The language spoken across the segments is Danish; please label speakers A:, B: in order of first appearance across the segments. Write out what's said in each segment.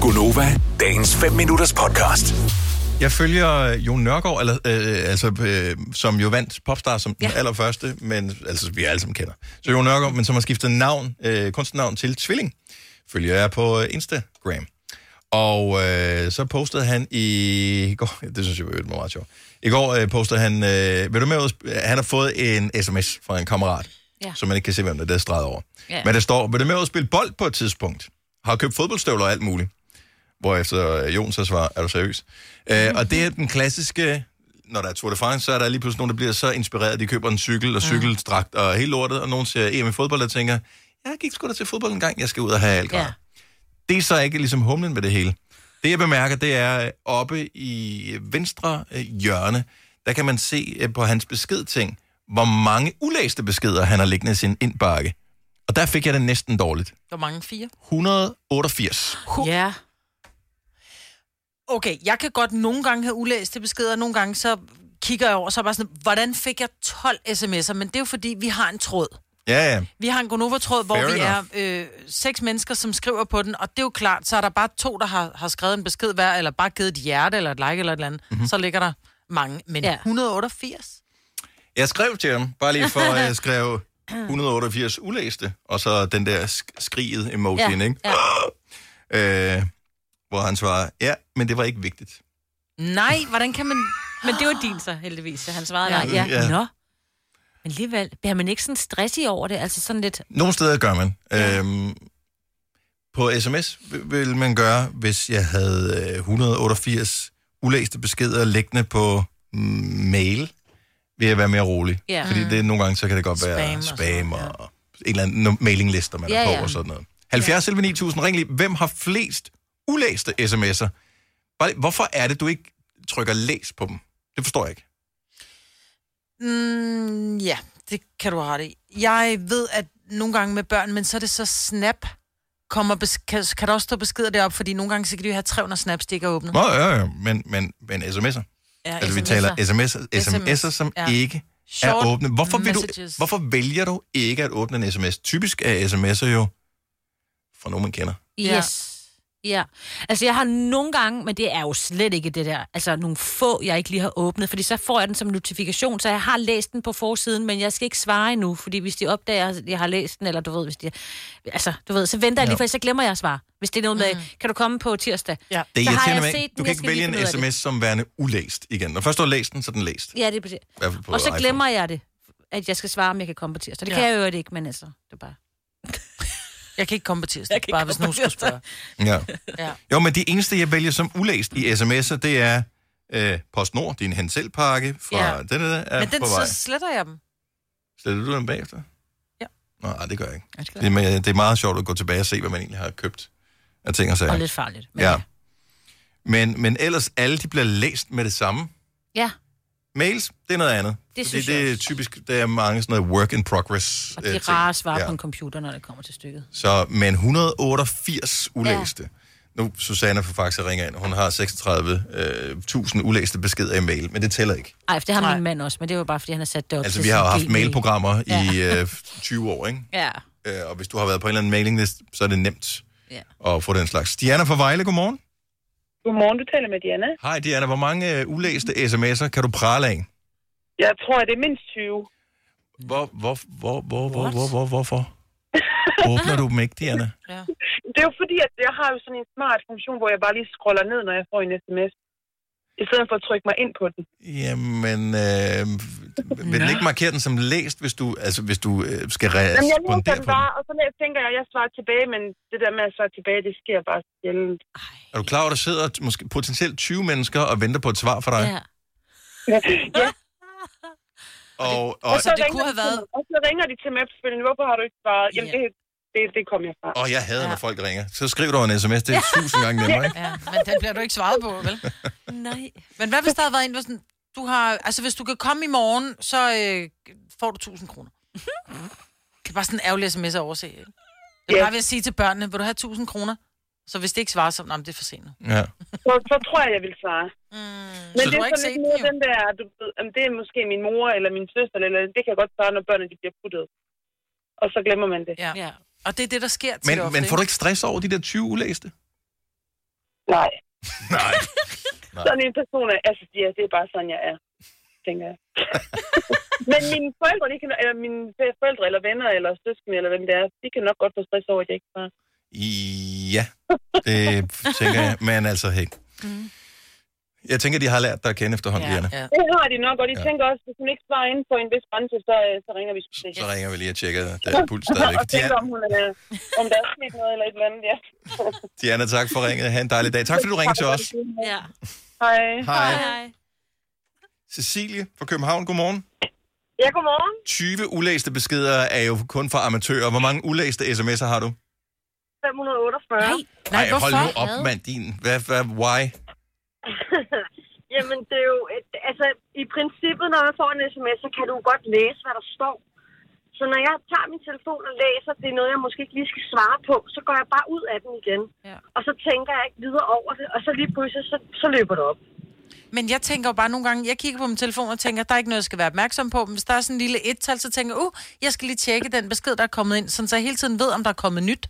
A: Gunova, dagens 5 minutters podcast.
B: Jeg følger Jon Nørgaard, eller, øh, altså, øh, som jo vandt Popstar som ja. den allerførste, men altså, som vi alle sammen kender. Så Jon Nørgaard, men som har skiftet navn, øh, kunstnavn til Tvilling, følger jeg på øh, Instagram. Og øh, så postede han i går, det synes jeg var øvrigt var meget sjovt. I går øh, postede han, øh, vil du med, ud at sp- han har fået en sms fra en kammerat, ja.
C: Ja.
B: som man ikke kan se, hvem der er, der er streget over. Ja.
C: Ja.
B: Men der står, vil du med ud at spille bold på et tidspunkt? Har købt fodboldstøvler og alt muligt. Hvorefter øh, Jon så svarer, er du seriøs? Øh, og det er den klassiske, når der er Tour de France, så er der lige pludselig nogen, der bliver så inspireret, at de køber en cykel og cykeldragt og hele lortet, og nogen ser EM i fodbold og tænker, jeg gik sgu da til fodbold en gang, jeg skal ud og have alt ja.
C: Ja.
B: Det er så ikke ligesom humlen med det hele. Det jeg bemærker, det er øh, oppe i venstre øh, hjørne, der kan man se øh, på hans beskedting, hvor mange ulæste beskeder han har liggende i sin indbakke. Og der fik jeg det næsten dårligt.
D: Hvor mange fire?
B: 188.
C: Ja.
D: Okay, jeg kan godt nogle gange have ulæste beskeder, og nogle gange så kigger jeg over, så er jeg bare sådan, hvordan fik jeg 12 sms'er? Men det er jo fordi, vi har en tråd.
B: Ja, ja.
D: Vi har en Gonova-tråd, hvor
B: Fair
D: vi er øh, seks mennesker, som skriver på den, og det er jo klart, så er der bare to, der har, har skrevet en besked hver, eller bare givet et hjerte, eller et like, eller et eller andet. Mm-hmm. Så ligger der mange, men ja.
C: Ja.
D: 188?
B: Jeg skrev til ham, bare lige for øh, at jeg skrev 188 ulæste, og så den der sk- skriget emoji, ja,
C: Ja,
B: ikke? Ja. Øh, hvor han svarer, ja, men det var ikke vigtigt.
D: Nej, hvordan kan man...
C: Men det var din så, heldigvis. så Han svarede
D: Ja.
C: nej. Ja.
B: Ja.
C: ja. Nå. Men alligevel, bliver man ikke sådan stressig over det? Altså sådan lidt...
B: Nogle steder gør man. Ja. Øhm, på sms vil- ville man gøre, hvis jeg havde øh, 188 ulæste beskeder liggende på mm, mail, vil jeg være mere rolig.
C: Ja.
B: Fordi det, nogle gange så kan det godt være
D: Spam og
B: spam
D: sådan,
B: og, og en eller anden no- mailinglister, man ja,
C: Ja,
B: er på ja.
C: ja.
B: og sådan noget. 70 ja. 9000, ring lige. Hvem har flest ulæste sms'er? Bare lige, Hvorfor er det, du ikke trykker læs på dem? Det forstår jeg ikke.
D: Mm, ja, det kan du have ret i. Jeg ved, at nogle gange med børn, men så er det så snap, kommer bes- kan, kan der også stå beskeder deroppe, fordi nogle gange så kan de jo have 300 snaps, de ikke er åbne.
B: Nå, ja, ja, men, men, men sms'er.
D: Ja,
B: Altså, vi
D: sms'er.
B: taler sms'er, sms'er som
D: Ja.
B: ikke er
D: Short
B: åbne. Hvorfor, vil du,
D: messages.
B: hvorfor vælger du ikke at åbne en sms? Typisk er sms'er jo fra nogen, man kender.
D: Ja.
C: Yes. Ja. ja. Altså, jeg har nogle gange, men det er jo slet ikke det der, altså nogle få, jeg ikke lige har åbnet, fordi så får jeg den som notifikation, så jeg har læst den på forsiden, men jeg skal ikke svare endnu, fordi hvis de opdager, at jeg har læst den, eller du ved, hvis de, altså, du ved, så venter jeg
B: Ja.
C: lige, for så glemmer jeg at svare. Hvis det er noget med, kan du komme på tirsdag?
D: Ja.
B: Det
C: Så har
B: irriterer
C: jeg
B: mig
C: set
B: ikke.
C: den,
B: Du kan
C: jeg
B: ikke
C: skal
B: vælge
C: lige
B: en
C: finde ud af
B: sms som værende ulæst igen. Når først du har læst den, så er den læst. I
C: Ja, det er på det.
B: hvert fald på
C: Og så
B: iPhone.
C: glemmer jeg det, at jeg skal svare, om jeg kan komme på tirsdag. Det
D: Ja.
C: ja. kan jeg jo ikke, men altså, det er bare...
D: Jeg kan ikke komme på tirsdag,
C: Jeg kan
D: bare
C: ikke
D: hvis
C: komme på
D: nogen skulle spørge.
B: Ja.
D: Ja.
B: Jo, men de eneste, jeg vælger som ulæst i sms'er, det er øh, PostNord, din henselpakke fra ja.
D: Ja.
B: den der er
D: Men den,
B: på vej.
D: så sletter jeg dem.
B: Sætter du den bagefter?
D: Ja.
B: Nej, det gør jeg ikke.
C: Ja, det gør
B: Det er, men- det er meget sjovt at gå tilbage og se, hvad man egentlig har købt af ting og sager.
C: Og lidt farligt. Men
B: Ja. Men, men ellers, alle de bliver læst med det samme.
C: ja.
B: Mails, det er noget andet.
C: Det
B: Fordi
C: synes jeg
B: det er
C: også.
B: typisk, der er mange sådan noget work in progress.
C: Og det
B: øh,
C: er
B: ting.
C: rare at svare ja. på en computer, når det kommer til stykket.
B: Så, men 188 ulæste. Ja. Nu, Susanne fra Faxe ringer ind. Hun har 36.000 ulæste beskeder i mail, men det tæller ikke.
C: Ej, for det har
D: Nej.
C: Nej. min mand også, men det var bare, fordi han har sat det op
B: Altså,
C: til
B: vi har jo
C: sin
B: haft
C: Gmail.
B: mailprogrammer i øh, 20 år, ikke?
C: Ja,
B: Øh, og hvis du har været på en eller anden mailinglist, så er det nemt
C: ja.
B: at få den slags. Diana fra Vejle, godmorgen.
E: Godmorgen, du taler med Diana.
B: Hej Diana, hvor mange øh, ulæste sms'er kan du prale af?
E: Jeg tror, det er mindst 20.
B: Hvor, hvor, hvor, hvor, hvor, hvor, hvor, hvorfor? Åbner du dem ikke, Diana?
D: Ja.
E: Det er jo fordi, at jeg har jo sådan en smart funktion, hvor jeg bare lige scroller ned, når jeg får en sms. I stedet for at trykke mig ind på den.
B: Jamen, øh, vil den ikke markere den som læst, hvis du, altså, hvis du øh, skal
E: Jamen, jeg læser
B: respondere på
E: den
B: den?
E: bare, og så tænker jeg, at jeg svarer tilbage, men det der med at svare tilbage, det sker bare sjældent.
B: Er du klar over, at der sidder t- måske potentielt 20 mennesker og venter på et svar fra dig?
C: ja.
E: Ja,
B: Og, og,
D: Så det
E: ringer
D: kunne
E: de
D: have
E: til
D: været-
E: mig, Og så ringer de til mig efterfølgende, hvorfor har du ikke svaret? Jamen,
D: Ja.
E: det, det, det kom jeg fra.
B: og jeg hader, når
D: Ja.
B: folk ringer. Så skriv dog en sms, det er tusind gange nemmere, ikke?
D: ja, men den bliver du ikke svaret på, vel?
C: Nej.
D: Men hvad hvis der havde været en, hvor sådan, du har, altså hvis du kan komme i morgen, så øh, får du 1000 kroner.
C: Mhm.
D: Det er bare sådan en ærgerlig sms at overse, ikke? Det er
E: Ja.
D: bare ved at sige til børnene, vil du have 1000 kroner? Så hvis det ikke svarer, så, "Nå, men det er for sent nu.
B: Ja.
E: Så, så tror jeg, jeg vil svare.
D: Mm.
E: Men
D: Så
E: det
D: du
E: er
D: har ikke
E: sådan
D: set
E: lidt
D: den,
E: mere
D: jo?
E: den der, du ved, jamen, det er måske min mor eller min søster, eller det kan jeg godt svare, når børnene de bliver puttet. Og så glemmer man det.
D: Ja.
C: Ja.
D: Og det er det, der sker til
B: Men, men får du ikke stress over de der 20 ulæste?
E: Nej.
B: Nej.
E: Sådan en person er, altså ja, det er bare sådan, jeg er, tænker jeg. Men mine forældre, de kan, eller mine forældre, eller venner, eller søskende, eller hvem det er, de kan nok godt få stress over, at jeg ikke svarer.
B: Ja, det tænker jeg. Men altså, hey. Jeg tænker, de har lært dig at kende efterhånden,
C: Ja,
B: ja,
D: Mm. ja.
E: Det har de nok, og de
B: Ja.
E: ja. tænker også, hvis hun ikke svarer inden for en vis grænse, så, øh, så ringer vi sgu til
B: Så
E: hende.
B: ringer vi lige og tjekker der er puls stadigvæk.
E: og tænker, om,
B: Diana,
E: hun er, om der er sket noget eller et eller andet, ja.
B: Diana, tak for ringet. Ha' en dejlig dag. Tak fordi du ringede til os.
C: Ja.
E: Hej.
B: Hej.
C: Hej.
B: Cecilie fra København, godmorgen.
E: Ja, godmorgen.
B: 20 ulæste beskeder er jo kun for amatører. Hvor mange ulæste sms'er har du?
E: 548.
C: Nej.
D: Nej,
B: Ej, hold
D: hvorfor?
B: nu op, mand. Din. Hvad, hvad, why?
E: Jamen, det er jo... Et, altså, i princippet, når man får en sms, så kan du jo godt læse, hvad der står. Så når jeg tager min telefon og læser, det er noget, jeg måske ikke lige skal svare på, så går jeg bare ud af den igen.
C: Ja.
E: Og så tænker jeg ikke videre over det, og så lige pludselig, så, så løber det op.
D: Men jeg tænker jo bare nogle gange, jeg kigger på min telefon og tænker, der er ikke noget, jeg skal være opmærksom på. Men hvis der er sådan en lille et-tal, så tænker jeg, uh, jeg skal lige tjekke den besked, der er kommet ind, sådan så jeg hele tiden ved, om der er kommet nyt.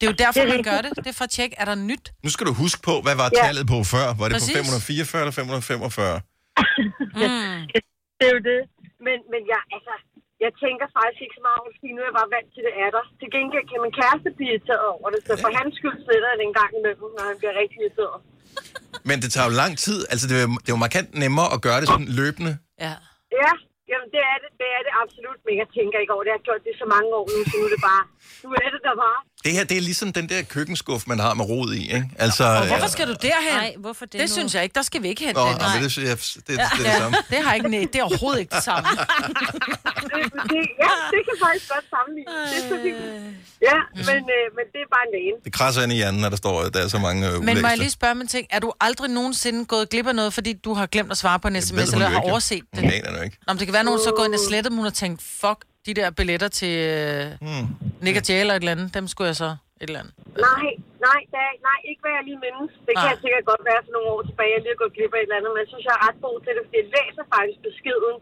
D: Det er jo derfor, man gør det. Det er for at tjekke, er der nyt?
B: Nu skal du huske på, hvad var
E: Ja.
B: tallet på før? Var det
D: Præcis.
B: på 544 eller 545?
C: Mm.
E: Det er jo det. Men, men jeg, altså, jeg tænker faktisk ikke så meget over det, fordi nu er jeg bare vant til, det er der. Til gengæld kan min kæreste blive irriteret over det, så for hans skyld sætter jeg det en gang imellem, når han bliver rigtig irriteret.
B: Men det tager jo lang tid. Altså, det er, det er jo markant nemmere at gøre det sådan løbende.
D: Ja.
E: Ja, jamen det er det, det er det absolut, men jeg tænker ikke over det. Jeg har gjort det så mange år nu, så nu er det bare, nu er det der bare.
B: Det her, det er ligesom den der køkkenskuff, man har med rod i, ikke? Altså,
D: Og hvorfor skal du derhen?
C: Nej, hvorfor det
D: det
C: nu?
D: synes jeg ikke. Der skal vi ikke hen.
B: Nå,
D: den.
B: nej. men det, synes jeg, det, det, er det samme.
D: Det har ikke, nej, det er overhovedet ikke det samme.
E: Det, det, ja, det kan faktisk godt sammenligne. Det er så vildt. Ja, men, øh, men det er bare en vane.
B: Det krasser ind i hjernen, når der står, at der er så mange øh,
D: Men må jeg
B: ulæste.
D: lige spørge mig en ting? Er du aldrig nogensinde gået glip af noget, fordi du har glemt at svare på en
B: Det ved
D: sms,
B: hun
D: eller
B: jo
D: har
B: ikke, jo.
D: overset det?
B: Hun aner det jo ikke.
D: Nå, men det kan være, at nogen så går ind og sletter dem, hun har tænkt, fuck, de der billetter til øh, Nick og Jay eller et eller andet, dem skulle jeg så et eller andet.
E: Nej, nej, der, er- nej, ikke hvad jeg lige mindes. Det kan
D: Nej.
E: jeg sikkert godt være for nogle år tilbage, jeg lige har gået glip af et eller andet, men jeg synes, jeg er ret god til det, fordi jeg læser faktisk beskeden,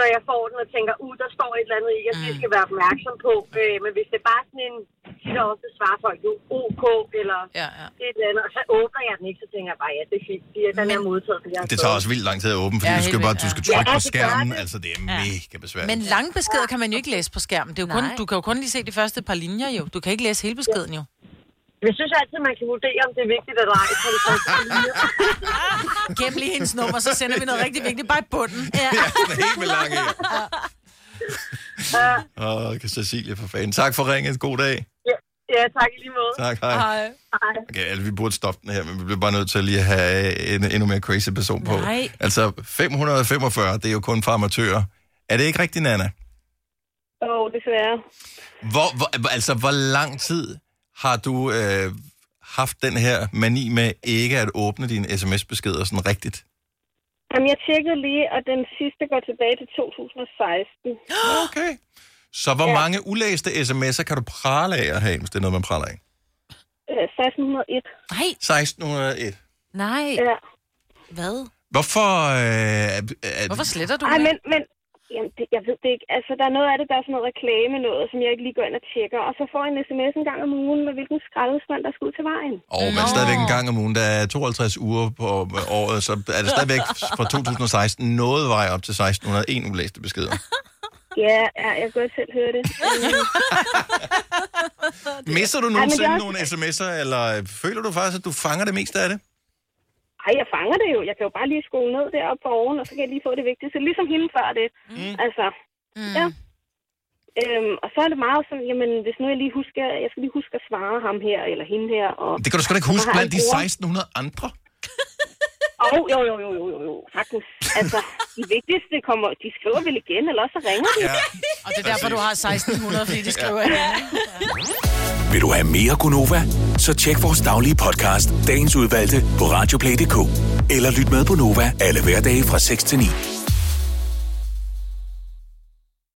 E: når jeg får den og tænker, uh, der står et eller andet i, jeg lige skal være opmærksom på. Øh, men hvis det er bare sådan en, tit og ofte svarer folk jo OK, eller
D: Ja, ja.
E: et eller andet, og så åbner jeg den ikke, så tænker jeg bare, ja, det er fint, fordi jeg- den er modtaget, fordi jeg har
B: Det tager
E: fået
B: også vildt lang tid at åbne, fordi
D: Ja,
B: ja, du skal
D: helt
B: bare
D: vildt,
B: du
D: ja.
B: skal trykke
E: Ja,
B: på
E: det gør
B: skærmen.
E: det.
B: Altså, det er mega besværligt.
D: Men lange beskeder kan man jo ikke læse på skærmen. Det er jo kun,
C: Nej.
D: du kan jo kun lige se de første par linjer jo. Du kan ikke læse hele beskeden jo.
E: Jeg synes altid, man kan vurdere, om det er vigtigt eller ej. på det første linje.
D: Gem lige hendes nummer, så sender vi noget rigtig vigtigt bare i bunden. Ja.
B: Men helt med lange. Åh, oh, Cecilia for fanden. Tak for ringet. God dag.
E: ja, ja, tak i lige måde.
B: Tak, hej.
D: Hej.
B: Okay, altså, vi burde stoppe den her, men vi bliver bare nødt til at lige have en endnu mere crazy person på.
C: Nej.
B: Altså, 545, det er jo kun for amatører. Er det ikke rigtigt, Nana?
E: Åh, oh, desværre.
B: Hvor, hvor, altså, hvor lang tid har du øh, haft den her mani med ikke at åbne dine sms-beskeder sådan rigtigt?
E: Jamen, jeg tjekkede lige, og den sidste går tilbage til 2016.
B: Okay. Så hvor ja. mange ulæste sms'er kan du prale af at have, hvis det er noget, man praler af?
E: Øh, 1601.
C: Nej,
B: 1601.
C: nej.
E: Ja.
C: Hvad?
B: Hvorfor... Øh, øh,
D: Hvorfor sletter du
E: Ej,
D: det?
E: men, men jamen, det, jeg ved det ikke. Altså, der er noget af det, der er sådan noget reklame noget, som jeg ikke lige går ind og tjekker. Og så får jeg en sms en gang om ugen med, hvilken skraldespand, der skal ud til vejen.
B: Og men
D: Nå.
B: stadigvæk en gang om ugen, der er 52 uger på øh, året, så er det stadigvæk fra 2016 noget vej op til 1601 ulæste beskeder.
E: Ja, ja jeg kan godt selv høre det. Øhm,
B: Misser du
E: men det er
B: nogensinde
E: også-
B: nogle sms'er, eller føler du faktisk, at du fanger det meste af det?
E: Ej, jeg fanger det jo. Jeg kan jo bare lige skrue ned deroppe på oven, og så kan jeg lige få det vigtigste. Ligesom hende før det. Mm. Altså,
D: Mm.
E: ja. Øhm, og så er det meget sådan, jamen, hvis nu jeg lige husker, jeg skal lige huske at svare ham her, eller hende her, og...
B: Det kan du sgu da ikke huske blandt de 1600 andre.
E: Åh, jo, jo, jo, jo, jo, jo, sagtens. Altså, de vigtigste kommer, de skriver vel igen, eller også så ringer de.
B: Ja.
D: Og det er derfor, du har 1600, fordi de skriver ja.
A: Vil du have mere Gunova? Så tjek vores daglige podcast, dagens udvalgte, på radioplay.dk. Eller lyt med på Nova alle hverdage fra 6 til 9.